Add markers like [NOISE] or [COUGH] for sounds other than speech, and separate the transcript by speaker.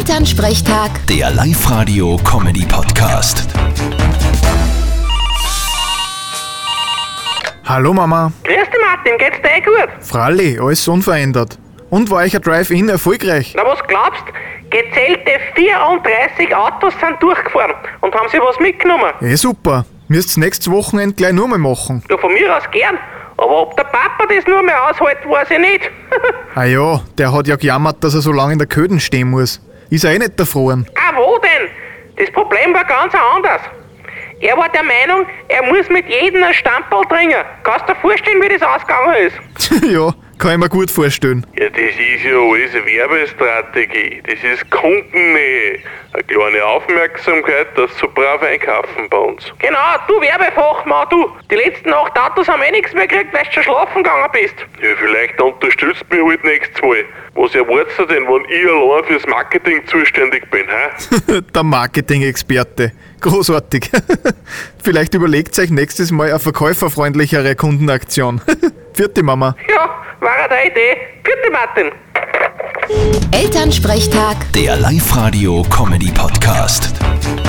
Speaker 1: Elternsprechtag,
Speaker 2: Der Live-Radio-Comedy-Podcast.
Speaker 3: Hallo Mama,
Speaker 4: Grüß dich Martin, geht's dir eh gut?
Speaker 3: Fralli, alles unverändert. Und war euer Drive-In erfolgreich?
Speaker 4: Na was glaubst, gezählte 34 Autos sind durchgefahren und haben sich was mitgenommen.
Speaker 3: Eh super, müsst's nächstes Wochenende gleich nur mal machen.
Speaker 4: Ja, von mir aus gern, aber ob der Papa das nur mehr aushält, weiß ich nicht. [LAUGHS]
Speaker 3: Ah ja, der hat ja gejammert, dass er so lange in der Köden stehen muss. Ist er eh nicht erfroren. [LAUGHS]
Speaker 4: ah, wo denn? Das Problem war ganz anders. Er war der Meinung, er muss mit jedem ein Stamperl trinken. Kannst du dir vorstellen, wie das ausgegangen ist?
Speaker 3: ja, kann ich mir gut vorstellen.
Speaker 5: Ja, das ist ja alles eine Werbestrategie. Das ist Kundennähe. Eine kleine Aufmerksamkeit, dass sie so brav einkaufen bei uns.
Speaker 4: Genau, du Werbefachmann, du. Die letzten acht Autos haben eh nichts mehr gekriegt, weil du schon schlafen gegangen bist.
Speaker 5: Ja, vielleicht unterstützt mich halt nächstes Mal. Was erwartest du denn, wenn ich allein fürs Marketing zuständig bin, hä?
Speaker 3: der Marketing-Experte. Großartig. [LAUGHS] Vielleicht überlegt euch nächstes Mal eine verkäuferfreundlichere Kundenaktion. [LAUGHS] Vierte Mama.
Speaker 4: Ja, war eine der Idee. Bitte Martin.
Speaker 1: Elternsprechtag.
Speaker 2: Der Live-Radio-Comedy-Podcast.